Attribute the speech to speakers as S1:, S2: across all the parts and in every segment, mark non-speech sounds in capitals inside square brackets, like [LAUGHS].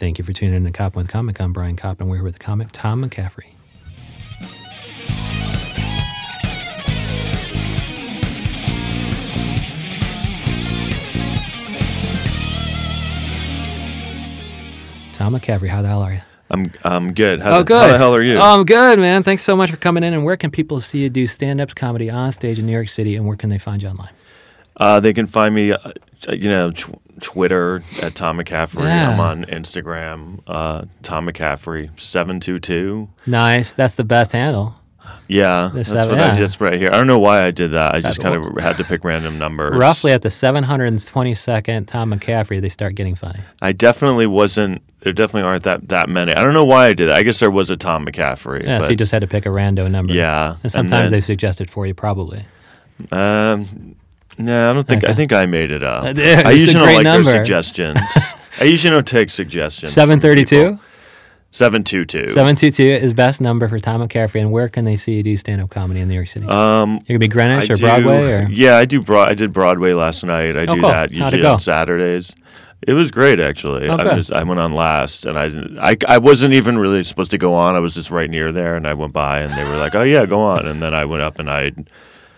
S1: Thank you for tuning in to Coppin with Comic. I'm Brian Coppin. We're here with comic Tom McCaffrey. Tom McCaffrey, how the hell are you?
S2: I'm I'm good. How
S1: oh,
S2: the,
S1: good.
S2: How the hell are you?
S1: Oh, I'm good, man. Thanks so much for coming in. And where can people see you do stand up comedy on stage in New York City? And where can they find you online?
S2: uh, they can find me, uh, you know, tw- Twitter at Tom McCaffrey.
S1: Yeah.
S2: I'm on Instagram, uh, Tom McCaffrey seven two two.
S1: Nice. That's the best handle.
S2: Yeah,
S1: That's
S2: that's
S1: that-
S2: what
S1: yeah.
S2: I just right here. I don't know why I did that. I just
S1: That's-
S2: kind of had to pick random numbers.
S1: Roughly at the 722nd, Tom McCaffrey, they start getting funny.
S2: I definitely wasn't. There definitely aren't that that many. I don't know why I did that. I guess there was a Tom McCaffrey.
S1: Yeah, so
S2: but-
S1: you just had to pick a rando number.
S2: yeah.
S1: And sometimes
S2: then-
S1: they've suggested for you, probably.
S2: Um, no, I don't think.
S1: Okay.
S2: I think I made it up.
S1: Uh, [LAUGHS] there- it's
S2: I
S1: a
S2: usually
S1: great
S2: don't like
S1: number.
S2: their
S1: [LAUGHS]
S2: suggestions. I usually don't take suggestions. from
S1: 732?
S2: people. 722.
S1: 722 is best number for Tom McCaffrey. And where can they see you do stand up comedy in New York City?
S2: Um,
S1: You're going to be
S2: I
S1: Greenwich or
S2: do-
S1: Broadway? Or?
S2: Yeah, I do. Broad, I did Broadway last night. I
S1: Oh,
S2: do
S1: cool.
S2: that
S1: How'd it
S2: usually
S1: go?
S2: on Saturdays. It was great, actually.
S1: Oh,
S2: I,
S1: good.
S2: was, I went on last, and I, didn't- I I wasn't even really supposed to go on. I was just right near there, and I went by, and they were like, "Oh yeah, go on." And then I went up, and I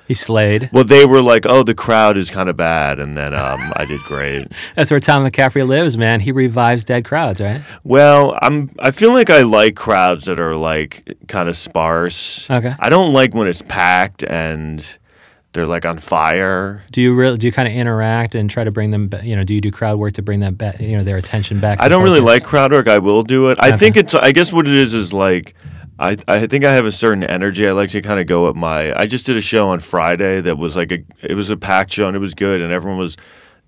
S1: He slayed.
S2: well, they were like, "Oh, the crowd is kind of bad," and then um, I did great.
S1: That's where Tom McCaffrey lives, man. He revives dead crowds, right?
S2: Well, I'm. I feel like I like crowds that are like kind of sparse.
S1: Okay.
S2: I don't like when it's packed and they're like on fire.
S1: Do you really do you kind of interact and try to bring them? ba- You know, do you do crowd work to bring that back? You know, their attention back. to
S2: I don't really
S1: focus?
S2: like crowd work. I will do it. I think it's. I guess what it is is like. I, I think I have a certain energy. I like to kind of go at my. I just did a show on Friday that was like a. It was a packed show and it was good and everyone was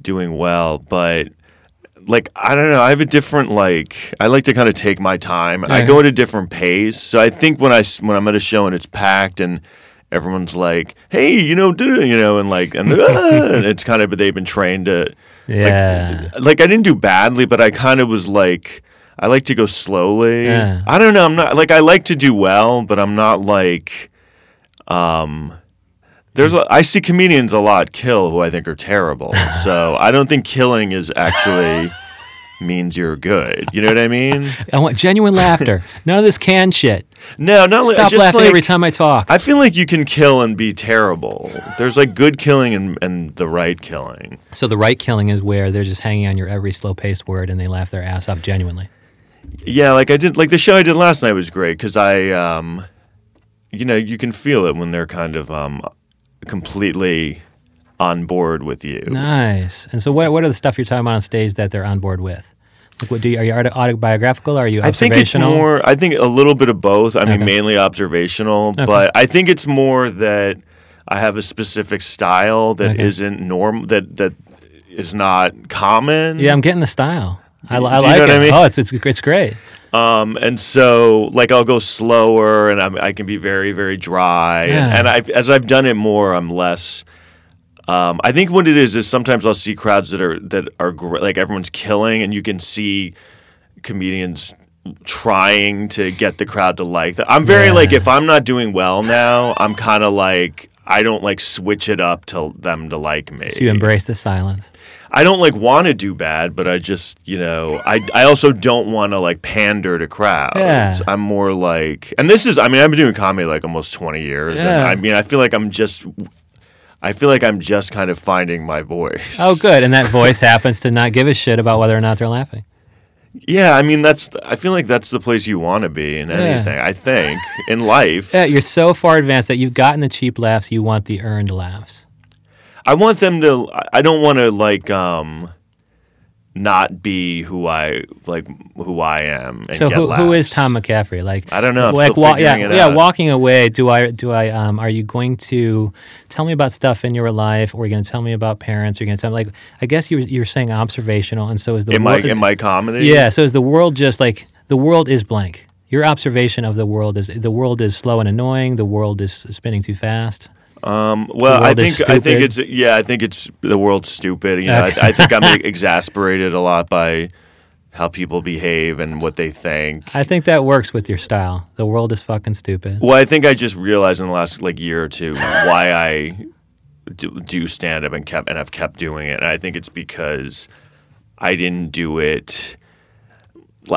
S2: doing well, but like I don't know. I have a different like. I like to kind of take my time. I
S1: Yeah.
S2: go at a different pace. So I think when I s- when I'm at a show and it's packed and everyone's like, "Hey, you know, duh," you know," and like and, [LAUGHS] "Ah," and it's kind of. But they've been trained to
S1: Yeah.
S2: like, like I didn't do badly, but I kind of was like, I like to go slowly.
S1: Yeah.
S2: I don't know. I'm not like I like to do well, but I'm not like, um, there's a, I see comedians a lot kill who I think
S1: [LAUGHS]
S2: are terrible. so I don't think killing is actually means you're good. You know what I mean?
S1: I want genuine laughter. None of this canned shit.
S2: No, not like-
S1: Stop
S2: just
S1: laughing
S2: like,
S1: every time I talk.
S2: I feel like you can kill and be terrible. There's like good killing and, and the right killing.
S1: so the right killing is where they're just hanging on your every slow paced word and they laugh their ass off genuinely.
S2: Yeah, like I did, like the show I did last night was great because I, um, you know, you can feel it when they're kind of um, completely on board with you.
S1: Nice. And so, what what are the stuff you're talking about on stage that they're on board with? Like, what do you, are you auto- autobiographical? Are you
S2: I think it's
S1: observational?
S2: more. I think a little bit of both. I mean,
S1: Okay.
S2: mainly observational, but I think it's more that I have a specific style that
S1: Okay.
S2: not norm that that is not common.
S1: yeah, I'm getting the style. I, li- I
S2: do you
S1: like
S2: know
S1: it.
S2: what I mean?
S1: Oh, it's it's it's great.
S2: Um, and so like I'll go slower, and I'm, I can be very, very dry.
S1: Yeah.
S2: And, and I've, as I've done it more, I'm less. Um, I think what it is is sometimes I'll see crowds that are that are gr- like everyone's killing, and you can see comedians trying to get the crowd to like that. I'm very
S1: Yeah.
S2: like if I'm not doing well now, I'm kind of like I don't like switch it up to them to like me.
S1: So you embrace the silence.
S2: I don't like want to do bad, but I just, you know, I, I also don't want to like pander to crowds.
S1: Yeah.
S2: I'm more like, and this is, I mean, I've been doing comedy like almost 20 years.
S1: Yeah.
S2: And I mean, I feel like I'm just, I feel like I'm just kind of finding my voice.
S1: Oh, good. And that voice happens to not give a shit about whether or not they're laughing.
S2: Yeah. I mean, that's, I feel like that's the place you want to be in anything, I think, in life.
S1: Yeah, you're so far advanced that you've gotten the cheap laughs. You want the earned laughs.
S2: I want them to. I- I don't want to like um, not be who I like who I am. And
S1: So
S2: get
S1: who, who is
S2: laughs.
S1: Tom McCaffrey? Like
S2: I don't know. I'm
S1: Like
S2: still
S1: yeah,
S2: figuring it
S1: yeah.
S2: out.
S1: Walking away. Do I do I um? Are you going to tell me about stuff in your life? Or are you going to tell me about parents? Are you going to tell me like? I guess you were- you were saying observational, and so is the
S2: in my
S1: world-
S2: in my comedy?
S1: yeah. So is the world just like the world is blank? Your observation of the world is the world is slow and annoying. The world is spinning too fast.
S2: Um,
S1: The
S2: well, I
S1: world is
S2: think I think
S1: stupid.
S2: it's yeah, I think it's the world's stupid. You know, I, I think I'm [LAUGHS] exasperated a lot by how people behave and what they think.
S1: I think that works with your style. The world is fucking stupid.
S2: Well, I think I just realized in the last like year
S1: [LAUGHS]
S2: or two why I do, do stand up and kept and I've kept doing it. And I think it's because I didn't do it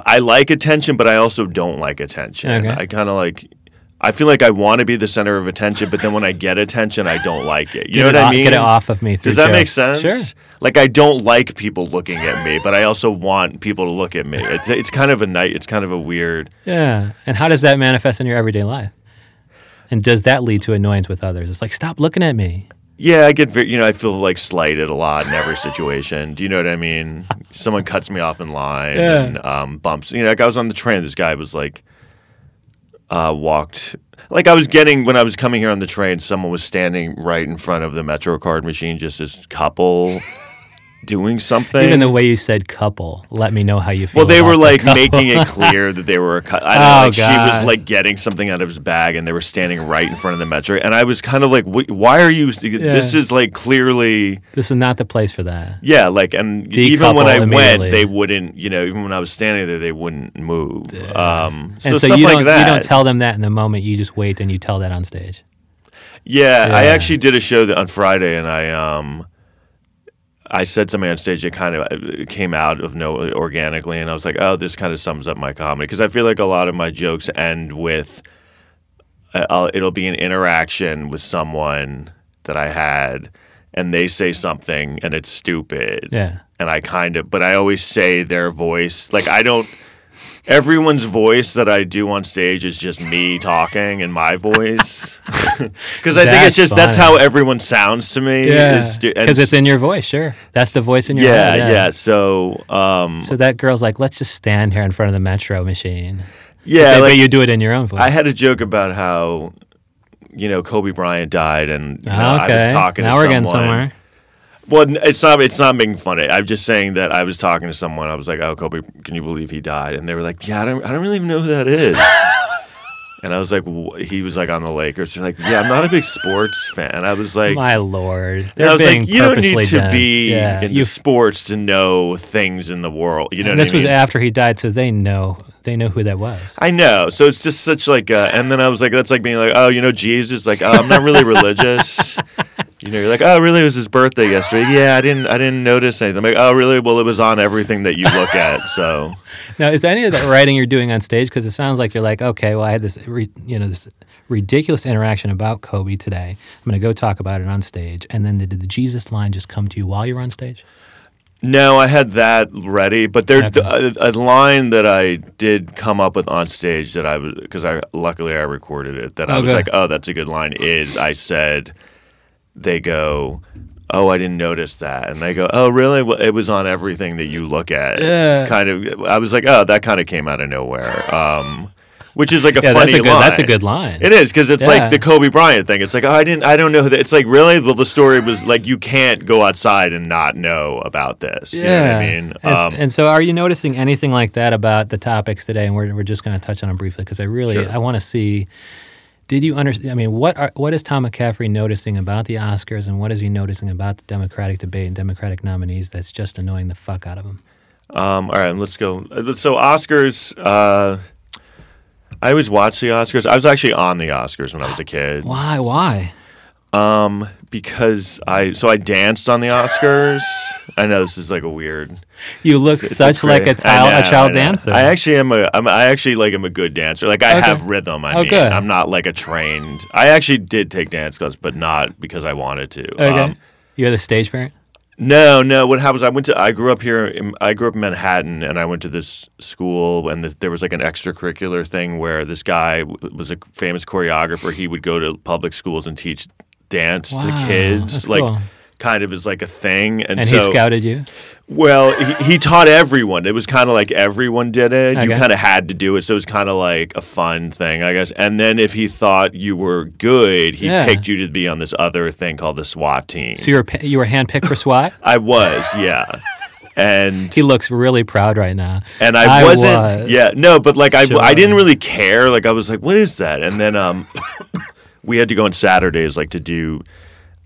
S2: I like attention, but I also don't like attention.
S1: Okay.
S2: I kind of like. I feel like I want to be the center of attention, but then when I get attention, I don't like it. You
S1: Get it
S2: know what I
S1: off-
S2: mean?
S1: Get it off of me.
S2: Does
S1: through
S2: that make
S1: jokes.
S2: sense?
S1: Sure.
S2: Like I don't like people looking at me, but I also want people to look at me. It's, it's kind of a night. It's kind of a weird.
S1: Yeah. And how does that manifest in your everyday life? And does that lead to annoyance with others? It's like, stop looking at me.
S2: Yeah, I get very. You know, I feel like slighted a lot in every situation. Do you know what I mean? Someone cuts me off in line
S1: Yeah.
S2: and um, bumps. You know, like I was on the train. This guy was like, uh, walked. Like I was getting when I was coming here on the train. Someone was standing right in front of the MetroCard machine. Just this couple doing something.
S1: Even the way you said couple, let me know how you feel.
S2: Well, they
S1: about
S2: were
S1: the
S2: like
S1: couple.
S2: making it clear that they were a cut.
S1: Oh,
S2: I don't know, like she
S1: God.
S2: was like getting something out of his bag, and they were standing right in front of the metro. And I was kind of like, "Wh- "Why are you? This
S1: Yeah.
S2: is like clearly,
S1: [LAUGHS] this is not the place for that.
S2: yeah, like." And even when
S1: Decouple
S2: I
S1: immediately.
S2: went, they wouldn't, you know, even when I was standing there, they wouldn't move. Um, so,
S1: And so,
S2: stuff
S1: you,
S2: like
S1: don't,
S2: that.
S1: you don't tell them that in the moment. You just wait and you tell that on stage.
S2: Yeah, I
S1: Yeah.
S2: actually did a show that on Friday, and I um, I said something on stage. It kind of it came out of no uh, organically, and I was like, oh, this kind of sums up my comedy because I feel like a lot of my jokes end with uh, I'll, it'll be an interaction with someone that I had, and they say something, and it's stupid,
S1: Yeah.
S2: and I kind of, but I always say their voice. Like I don't. Everyone's voice that I do on stage is just me talking and my voice, [LAUGHS] because I think
S1: That's
S2: it's just that's
S1: funny.
S2: how everyone sounds to me. is stu- and
S1: Because it's in your voice. Sure. That's the voice in your
S2: yeah,
S1: head.
S2: yeah, So, um,
S1: So that girl's like, let's just stand here in front of the metro machine.
S2: yeah,
S1: but
S2: like,
S1: you do it in your own voice.
S2: I had a joke about how, you know, Kobe Bryant died, and you know, I was
S1: Oh, okay.
S2: talking
S1: now
S2: to
S1: we're
S2: someone.
S1: getting somewhere.
S2: Well, n- it's not. It's not making fun. of it. I'm just saying that I was talking to someone. I was like, "Oh, Kobe, can you believe he died?" And they were like, "Yeah, I don't. I don't really even know who
S1: [LAUGHS]
S2: that is." and I was like, wh- "He was like on the Lakers." They're like, "Yeah, I'm not a big sports fan." I was like,
S1: My lord.
S2: and
S1: They're
S2: I was
S1: being
S2: like, you don't need
S1: purposely
S2: to
S1: dense.
S2: be
S1: Yeah.
S2: into
S1: You
S2: sports to know things in the world. You know
S1: and
S2: what
S1: this
S2: I mean?
S1: was after he died, so they know they know who that was.
S2: I know. So it's just such like a, and then I was like, that's like being like, oh, you know, Jesus, like, oh, I'm not really religious. You know, you're like, oh, really? It was his birthday yesterday. Yeah, I didn't, I didn't notice anything. I'm like, oh, really? Well, it was on everything that you look at. So
S1: Now, is any of that writing you're doing on stage? Because it sounds like you're like, okay, well, I had this, re- you know, this ridiculous interaction about Kobe today. I'm going to go talk about it on stage, and then did the Jesus line just come to you while you're on stage?
S2: no, I had that ready, but there
S1: Okay.
S2: a, a line that I did come up with on stage that I was because I luckily I recorded it that I was
S1: Okay.
S2: like, oh, that's a good line. Is I said, they go. Oh, I didn't notice that. And they go, Oh, really? Well, it was on everything that you look at.
S1: Yeah.
S2: Kind of. I was like, Oh, that kind of came out of nowhere. Um, which is like a
S1: Yeah,
S2: funny
S1: that's a good.
S2: line.
S1: That's a good line.
S2: It is because it's
S1: Yeah.
S2: like the Kobe Bryant thing. It's like oh, I didn't, I don't know. Who that. It's like really, well, the story was like you can't go outside and not know about this. You know what I mean,
S1: And,
S2: um,
S1: and so, are you noticing anything like that about the topics today? And we're, we're just going to touch on them briefly because I really
S2: Sure.
S1: I want to see. Did you understand? I mean, what are, what is Tom McCaffrey noticing about the Oscars, and what is he noticing about the Democratic debate and Democratic nominees that's just annoying the fuck out of him?
S2: um, all right, let's go. Uh, So Oscars. Uh, I always watch the Oscars. I was actually on the Oscars when I was a
S1: [GASPS]
S2: kid.
S1: Why? Why?
S2: Um, because I so I danced on the Oscars. I know this is like a weird.
S1: You look
S2: It's
S1: such like a,
S2: cra- I
S1: child,
S2: know,
S1: a child
S2: I know.
S1: dancer.
S2: I actually am a. I'm, I actually like am a good dancer. Like I
S1: Okay.
S2: have rhythm. I
S1: Oh,
S2: mean,
S1: good.
S2: I'm not like a trained. I actually did take dance class, but not because I wanted to.
S1: okay.
S2: Um,
S1: You're the stage parent.
S2: no, no. What happens? I went to. I grew up here. In, I grew up in Manhattan, and I went to this school, and th there was like an extracurricular thing where this guy w- was a famous choreographer. He would go to public schools and teach dance
S1: Wow,
S2: to kids,
S1: that's
S2: like
S1: cool.
S2: kind of as like a thing. And,
S1: And
S2: so,
S1: he scouted you.
S2: well, he, he taught everyone. It was kind of like everyone did it. You
S1: Okay.
S2: kind of had to do it, so it was kind of like a fun thing, I guess. And then if he thought you were good, he
S1: Yeah.
S2: picked you to be on this other thing called the SWAT team.
S1: So you were pa- you were handpicked for
S2: [LAUGHS]
S1: SWAT.
S2: I was, yeah. And
S1: [LAUGHS] He looks really proud right now.
S2: and I,
S1: I
S2: wasn't.
S1: was.
S2: Yeah, no, but like I, I
S1: Sure.
S2: didn't really care. Like I was like, what is that? And then um, [COUGHS] we had to go on Saturdays like to do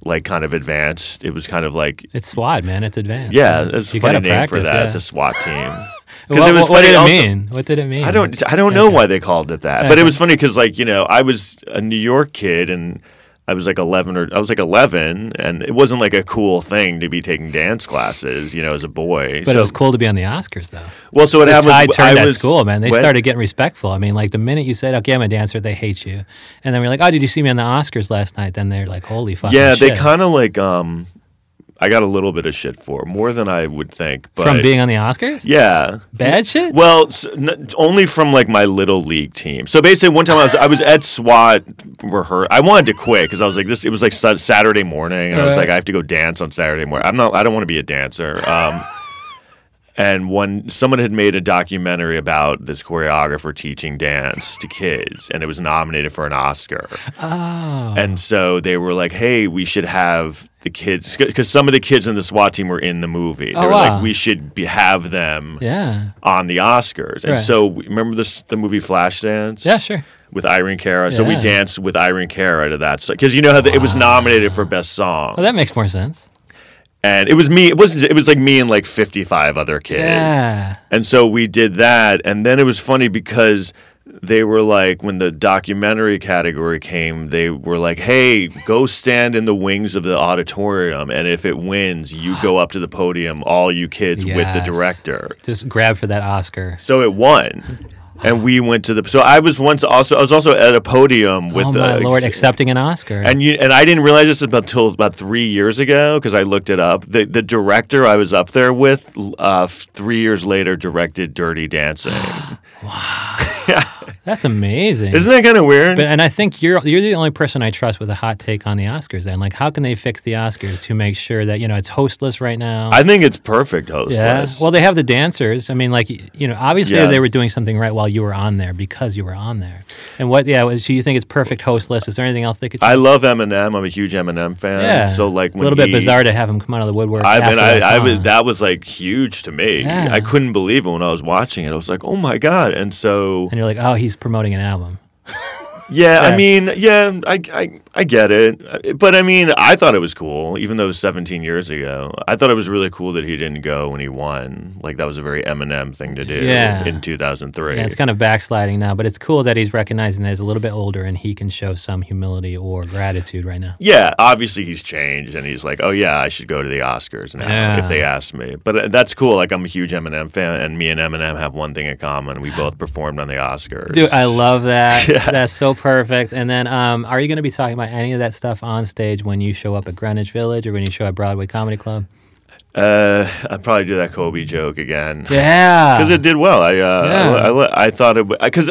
S2: like kind of advanced. It was kind of like
S1: It's SWAT, man. It's advanced.
S2: yeah, it's a
S1: You
S2: funny
S1: gotta
S2: name for
S1: practice,
S2: that,
S1: yeah.
S2: the SWAT team.
S1: [LAUGHS] What,
S2: Because it was
S1: what- what
S2: funny
S1: did it
S2: also-
S1: mean? What did it mean?
S2: I don't I don't know why they called it that, but
S1: Mm-hmm. Okay.
S2: it was funny because like you know I was a New York kid and I was like 11 or I was like 11 and it wasn't like a cool thing to be taking dance classes, you know, as a boy.
S1: But
S2: so,
S1: it was cool to be on the Oscars, though.
S2: well, so what
S1: That's
S2: happened
S1: how I
S2: was
S1: turned
S2: I
S1: at
S2: was
S1: school, man. They
S2: when-
S1: started getting respectful. I mean, like the minute you said, "Okay, I'm a dancer," they hate you. And then we're like, "Oh, did you see me on the Oscars last night?" Then they're like, "Holy fuck!"
S2: Yeah, they kind of like um I got a little bit of shit for it, more than I would think, but
S1: from being on the Oscars.
S2: yeah.
S1: Bad shit.
S2: Well, s- n- only from like my little league team. So basically, one time I was I was at SWAT rehearsal. I wanted to quit because I was like, this. It was like Sa- Saturday morning, and I was
S1: Right.
S2: like, I have to go dance on Saturday morning. I'm not. I don't want to be a dancer. Um, and when someone had made a documentary about this choreographer teaching dance to kids, and it was nominated for an Oscar.
S1: Oh,
S2: And so they were like, "Hey, we should have the kids because some of the kids in the SWAT team were in the movie. They
S1: Oh,
S2: were
S1: wow.
S2: like, we should be, have them
S1: yeah,
S2: on the Oscars." And
S1: Right.
S2: so we- remember this the movie Flashdance?
S1: yeah, sure.
S2: With Irene Cara, so we
S1: Yeah.
S2: danced with Irene Cara to that because you know how the, it was nominated for best song,
S1: Well, Oh, that makes more sense.
S2: and it was me. It wasn't. It was like me and like fifty five other kids.
S1: Yeah.
S2: And so we did that. And then it was funny because they were like, when the documentary category came, they were like, hey, go stand in the wings of the auditorium. And if it wins, you go up to the podium, all you kids with the
S1: Yes.
S2: director.
S1: Just grab for that Oscar.
S2: So it won. And we went to the. So I was once also, I was also at a podium with
S1: oh
S2: the.
S1: my lord, accepting an Oscar.
S2: And you and I didn't realize this until about three years ago because I looked it up. The the director I was up there with uh, f- three years later directed
S1: [GASPS]
S2: Dirty Dancing. [LAUGHS]
S1: That's amazing.
S2: Isn't that kind of weird?
S1: But and I think you're you're the only person I trust with a hot take on the Oscars. Then, like, how can they fix the Oscars to make sure that you know it's hostless right now?
S2: I think it's perfect hostless.
S1: yeah. Well, they have the dancers. I mean, like, y- you know, obviously
S2: Yeah.
S1: they were doing something right while you were on there because you were on there. And what? Yeah. So you think it's perfect hostless? Is there anything else they could?
S2: I love Eminem. I'm a huge Eminem fan.
S1: yeah.
S2: So like
S1: a
S2: when
S1: little
S2: he-
S1: bit bizarre to have him come out of the woodwork.
S2: I
S1: after
S2: mean, I,
S1: that
S2: I was,
S1: song.
S2: that was like huge to me.
S1: Yeah.
S2: I couldn't believe it when I was watching it. I was like, oh my god! And so
S1: and you're like, oh, he's promoting an album.
S2: yeah,
S1: Yeah.
S2: I mean, yeah, I, I I get it. But I mean, I thought it was cool, even though it was 17 years ago. I thought it was really cool that he didn't go when he won. Like that was a very Eminem thing to do
S1: Yeah.
S2: in 2003.
S1: Yeah, it's kind of backsliding now, but it's cool that he's recognizing that he's a little bit older and he can show some humility or gratitude right now.
S2: Yeah, obviously he's changed, and he's like, "Oh yeah, I should go to the Oscars now
S1: Yeah.
S2: if they ask me." But uh, that's cool. Like I'm a huge Eminem fan, and me and Eminem have one thing in common: we both performed on the Oscars.
S1: Dude, I love that.
S2: [LAUGHS] Yeah.
S1: That's so perfect. And then, um, are you going to be talking about any of that stuff on stage when you show up at Greenwich Village or when you show at Broadway Comedy
S2: [LAUGHS]
S1: Club?
S2: Uh, I'd probably do that Kobe joke again.
S1: Yeah.
S2: Because it did well. I, uh,
S1: Yeah.
S2: I, I, I thought it because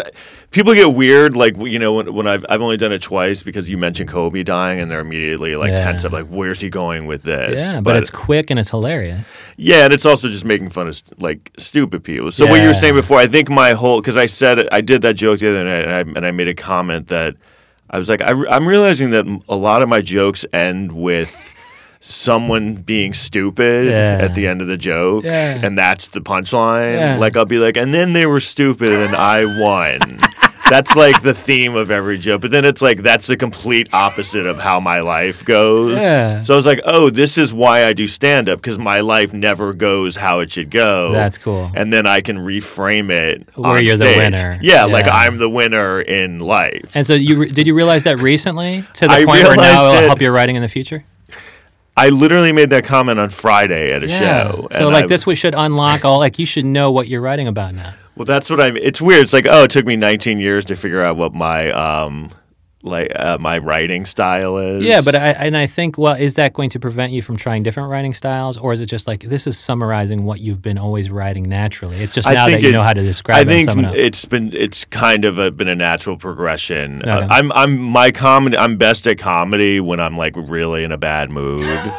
S2: people get weird. Like you know, when, when I've I've only done it twice because you mentioned Kobe dying, and they're immediately like
S1: Yeah.
S2: tense up, like where's he going with this?
S1: yeah, but, it's quick and it's hilarious.
S2: Yeah, and it's also just making fun of st- like stupid people. So what you
S1: Yeah.
S2: were saying before, I think my whole because I said I did that joke the other night, and I, and I made a comment that I was like, I, re- I'm realizing that m- a lot of my jokes end with someone being stupid
S1: Yeah.
S2: at the end of the joke,
S1: Yeah.
S2: and that's the punchline.
S1: Yeah.
S2: Like I'll be like, and then they were stupid, and I
S1: [LAUGHS]
S2: won. That's like the theme of every joke, but then it's like that's the complete opposite of how my life goes.
S1: Yeah.
S2: So I was like, oh, this is why I do stand up because my life never goes how it should go.
S1: That's cool.
S2: Oh. And then I can reframe it
S1: Where
S2: on
S1: you're the
S2: stage.
S1: winner.
S2: Yeah, like
S1: Yeah.
S2: I'm the winner in life.
S1: And so, you re- did you realize that recently to the
S2: I
S1: point where now
S2: realized
S1: it'll
S2: it-
S1: help your writing in the future?
S2: I literally made that comment on Friday at a show.
S1: So,
S2: and
S1: like,
S2: I-
S1: this we should unlock all. Like, you should know what you're writing about now.
S2: Well, that's what I'm. It's weird. It's like, oh, it took me 19 years to figure out what my um, like uh, my writing style is.
S1: Yeah, but I and I think well, is that going to prevent you from trying different writing styles, or is it just like this is summarizing what you've been always writing naturally? It's just
S2: I
S1: now that
S2: think
S1: you
S2: it-
S1: know how to describe
S2: I
S1: it to
S2: think
S1: someone else.
S2: it's been it's kind of a, been a natural progression. Uh,
S1: Okay.
S2: I'm I'm my comedy. I'm best at comedy when I'm like really in a bad mood,
S1: [LAUGHS]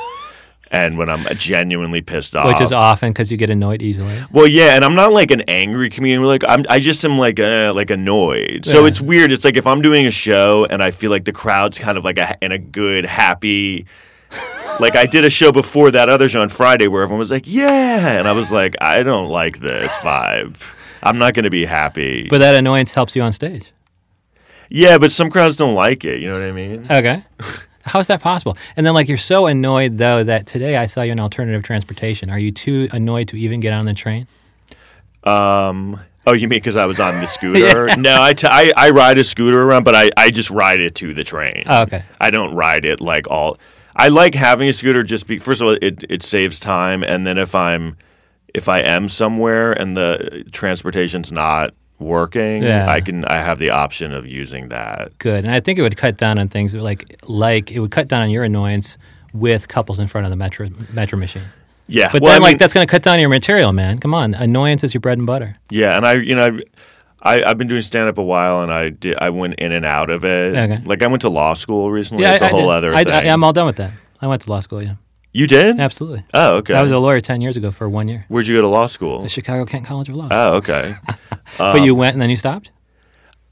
S2: and when I'm genuinely pissed off.
S1: which is often because you get annoyed easily.
S2: Well, yeah, and I'm not like an angry comedian. Like I'm, I just am like uh, like annoyed. So
S1: Yeah.
S2: it's weird. It's like if I'm doing a show and I feel like the crowd's kind of like a, in a good, happy. like I did a show before that other show on Friday where everyone was like, "Yeah," and I was like, "I don't like this vibe. I'm not going to be happy."
S1: But that annoyance helps you on stage.
S2: yeah, but some crowds don't like it. You know what I mean?
S1: Okay. [LAUGHS] How is that possible? And then, like, you're so annoyed though that today I saw you in alternative transportation. Are you too annoyed to even get on the train?
S2: Um, Oh, you mean because I
S1: [LAUGHS]
S2: was on the scooter? No, I, t- I, I ride a scooter around, but I, I just ride it to the train.
S1: Oh, okay.
S2: I don't ride it like all. I like having a scooter just be first of all it, it saves time, and then if I'm if I am somewhere and the transportation's not working,
S1: Yeah.
S2: I can I have the option of using that.
S1: good. And I think it would cut down on things like like it would cut down on your annoyance with couples in front of the metro metro machine.
S2: Yeah,
S1: But
S2: well,
S1: then
S2: I mean-
S1: like that's going to cut down on your material, man. Come on, annoyance is your bread and butter.
S2: Yeah, and I, you know, I, I've been doing stand up a while, and I did, I went in and out of it.
S1: Okay.
S2: Like I went to law school recently.
S1: yeah,
S2: it's
S1: I-
S2: a
S1: I
S2: whole
S1: did.
S2: other
S1: I,
S2: thing.
S1: I, am all done with that. I went to law school. Yeah,
S2: you did?
S1: absolutely.
S2: Oh, okay.
S1: I was a lawyer ten years ago for one year.
S2: Where'd you go to law school?
S1: The Chicago Kent College of Law.
S2: Oh, okay.
S1: but you went and then you stopped.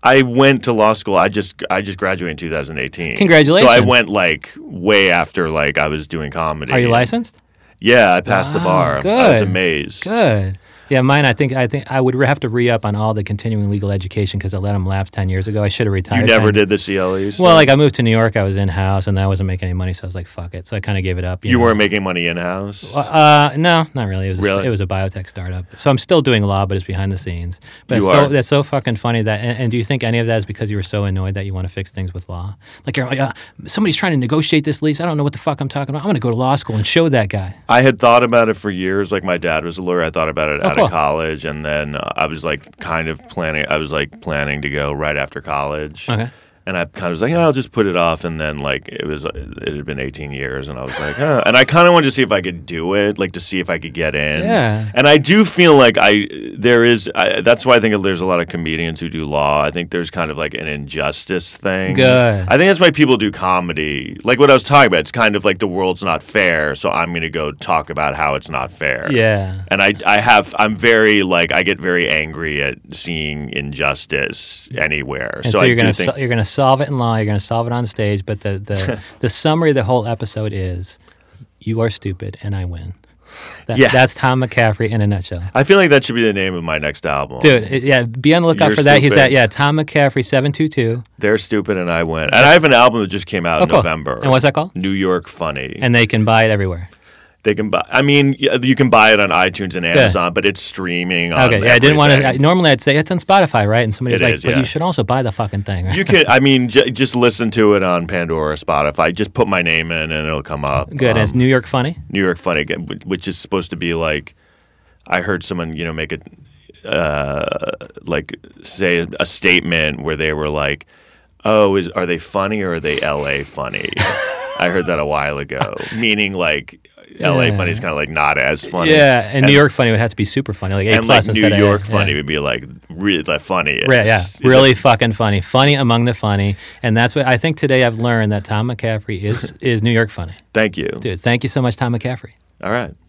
S2: I went to law school. I just I just graduated in 2018.
S1: Congratulations.
S2: So I went like way after like I was doing comedy.
S1: Are you licensed?
S2: Yeah, I passed the
S1: Wow,
S2: bar. I was
S1: good.
S2: amazed.
S1: Good. Yeah, mine. I think I think I would have to re up on all the continuing legal education because I let them lapse ten years ago. I should have retired.
S2: You never
S1: 10
S2: did the CLEs.
S1: Well, like I moved to New York, I was in house, and I wasn't making any money, so I was like, "Fuck it." So I kind of gave it up.
S2: you,
S1: know.
S2: weren't making money in house.
S1: Uh, no, not really. It was a,
S2: Really?
S1: it was a biotech startup. So I'm still doing law, but it's behind the scenes. But it's
S2: You
S1: so,
S2: are.
S1: that's so fucking funny that. And, and do you think any of that is because you were so annoyed that you want to fix things with law? Like you're like, uh, somebody's trying to negotiate this lease. I don't know what the fuck I'm talking about. I'm gonna go to law school and show that guy.
S2: I had thought about it for years. Like my dad was a lawyer. I thought about it
S1: Oh,
S2: out
S1: cool.
S2: of college, and then uh, I was like kind of planning. I was like planning to go right after college,
S1: Okay.
S2: and I kind of was like, oh, I'll just put it off. And then like it was, it had been 18 years, and I was like, huh. and I kind of wanted to see if I could do it, like to see if I could get in.
S1: Yeah.
S2: And I do feel like I there is. I, that's why I think there's a lot of comedians who do law. I think there's kind of like an injustice thing.
S1: Good.
S2: I think that's why people do comedy. Like what I was talking about, it's kind of like the world's not fair, so I'm going to go talk about how it's not fair.
S1: Yeah.
S2: And I, I have, I'm very like, I get very angry at seeing injustice anywhere.
S1: And
S2: so,
S1: so,
S2: I
S1: you're
S2: do
S1: gonna
S2: think
S1: so, you're gonna solve it in law. You're gonna solve it on stage. But the
S2: [LAUGHS]
S1: the the summary of the whole episode is, you are stupid and I win. That,
S2: Yeah.
S1: That's Tom McCaffrey in a nutshell.
S2: I feel like that should be the name of my next album.
S1: Dude, it- yeah, be on the lookout
S2: You're
S1: for that. He's
S2: stupid.
S1: at yeah, Tom McCaffrey seven two two. Oh,
S2: They're stupid and I win. And I have an album that just came out in November.
S1: And what's that called?
S2: New York Funny.
S1: And they can buy it everywhere.
S2: they can buy. I mean, y- you can buy it on iTunes and Amazon, but it's streaming. On
S1: Okay, yeah, I didn't want to. I,
S2: everything.
S1: normally, I'd say it's on Spotify, right? And somebody's
S2: It
S1: like,
S2: is,
S1: "But
S2: yeah.
S1: you should also buy the fucking thing."
S2: You can, I mean, j- just listen to it on Pandora, Spotify. Just put my name in, and it'll come
S1: [LAUGHS]
S2: up.
S1: Good. and it's
S2: Um,
S1: New York funny.
S2: New York Funny, again, wh- which is supposed to be like, I heard someone, you know, make a, uh, like, say a statement where they were like, "Oh, is are they funny or are they L.A.
S1: [LAUGHS]
S2: funny?" I heard that a while ago, meaning like, L.A. funny is kind of like not as funny.
S1: Yeah, and, New York funny would have to be super funny, like A
S2: and like
S1: plus
S2: New
S1: instead of
S2: York
S1: yeah.
S2: funny would be like really the funniest.
S1: Right, yeah,
S2: It's
S1: really fucking funny, funny among the funny, and that's what I think today.
S2: [LAUGHS]
S1: I've learned that Tom McCaffrey is is New York funny,
S2: Thank you.
S1: dude. Thank you so much, Tom McCaffrey.
S2: All right.